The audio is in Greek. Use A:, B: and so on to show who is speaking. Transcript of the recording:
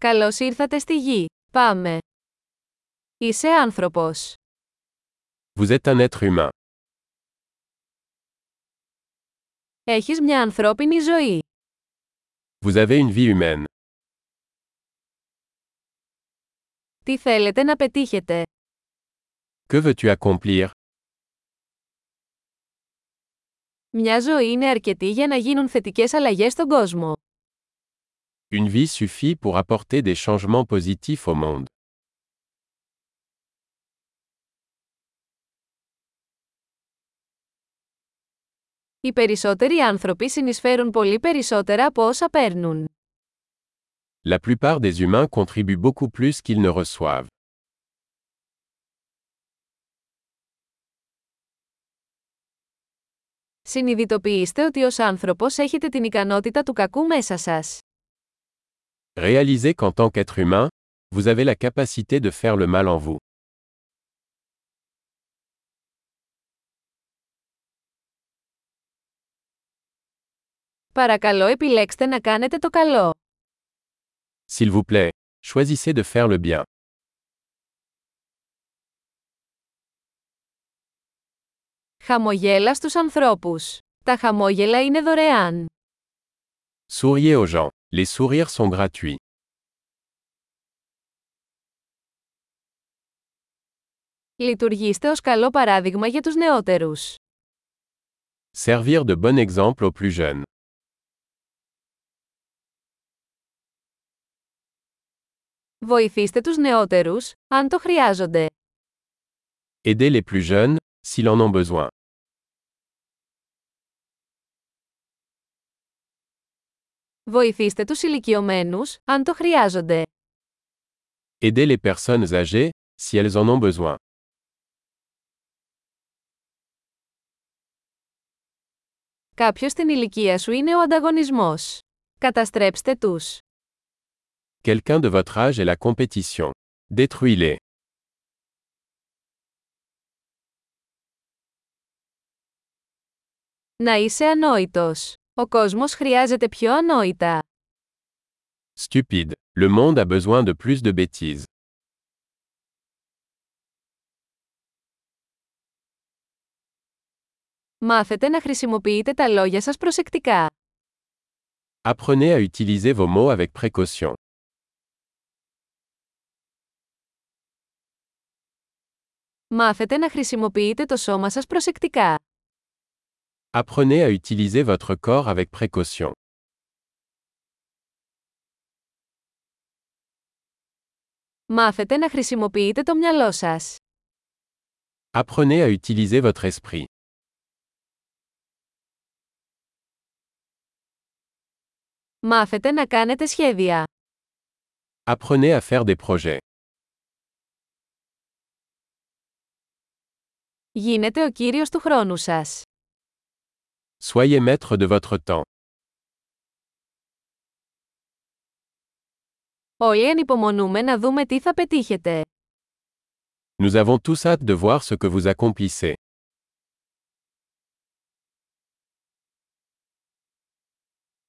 A: Καλώς ήρθατε στη γη. Πάμε. Είσαι άνθρωπος.
B: Vous êtes un être humain.
A: Έχεις μια ανθρώπινη ζωή.
B: Vous avez une vie humaine.
A: Τι θέλετε να πετύχετε.
B: Que veux-tu accomplir
A: Μια ζωή είναι αρκετή για να γίνουν θετικές αλλαγές στον κόσμο.
B: Une vie suffit pour apporter des changements positifs au monde.
A: Οι περισσότεροι άνθρωποι συνεισφέρουν πολύ περισσότερα από όσα παίρνουν.
B: La plupart des humains contribuent beaucoup plus qu'ils ne reçoivent.
A: Συνειδητοποιήστε ότι ως άνθρωπος έχετε την ικανότητα του κακού μέσα σας.
B: Réalisez qu'en tant qu'être humain, vous avez la capacité de faire le mal en vous.
A: Παρακαλώ επιλέξτε να κάνετε το καλό.
B: S'il vous plaît, choisissez de faire le bien.
A: Χαμογέλα στους ανθρώπους. Τα χαμόγελα είναι δωρεάν.
B: Souriez aux gens. Les sourires sont gratuits.
A: Λειτουργήστε ως καλό παράδειγμα για τους νεότερους.
B: Servir de bon exemple aux plus jeunes.
A: Βοηθήστε τους νεότερους, αν το χρειάζονται.
B: Aider les plus jeunes, s'ils en ont besoin.
A: Βοηθήστε τους ηλικιωμένους, αν το χρειάζονται.
B: Aider les personnes âgées, si elles en ont besoin.
A: Κάποιος στην ηλικία σου είναι ο ανταγωνισμός. Καταστρέψτε τους.
B: Quelqu'un de votre âge est la compétition. Détruis-les.
A: Να είσαι ανόητος. Ο κόσμος χρειάζεται πιο ανόητα.
B: Stupide. Le monde a besoin de plus de bêtises.
A: Μάθετε να χρησιμοποιείτε τα λόγια σας προσεκτικά.
B: Apprenez à utiliser vos mots avec précaution.
A: Μάθετε να χρησιμοποιείτε το σώμα σας προσεκτικά.
B: Apprenez à utiliser votre corps avec précaution.
A: Μάθετε να χρησιμοποιείτε το μυαλό σας.
B: Apprenez à utiliser votre esprit.
A: Μάθετε να κάνετε σχέδια.
B: Apprenez à faire des projets.
A: Γίνετε ο κύριος του χρόνου σας.
B: Soyez maître de votre temps.
A: Όλοι ανυπομονούμε να δούμε τι θα πετύχετε.
B: Nous avons tous hâte de voir ce que vous accomplissez.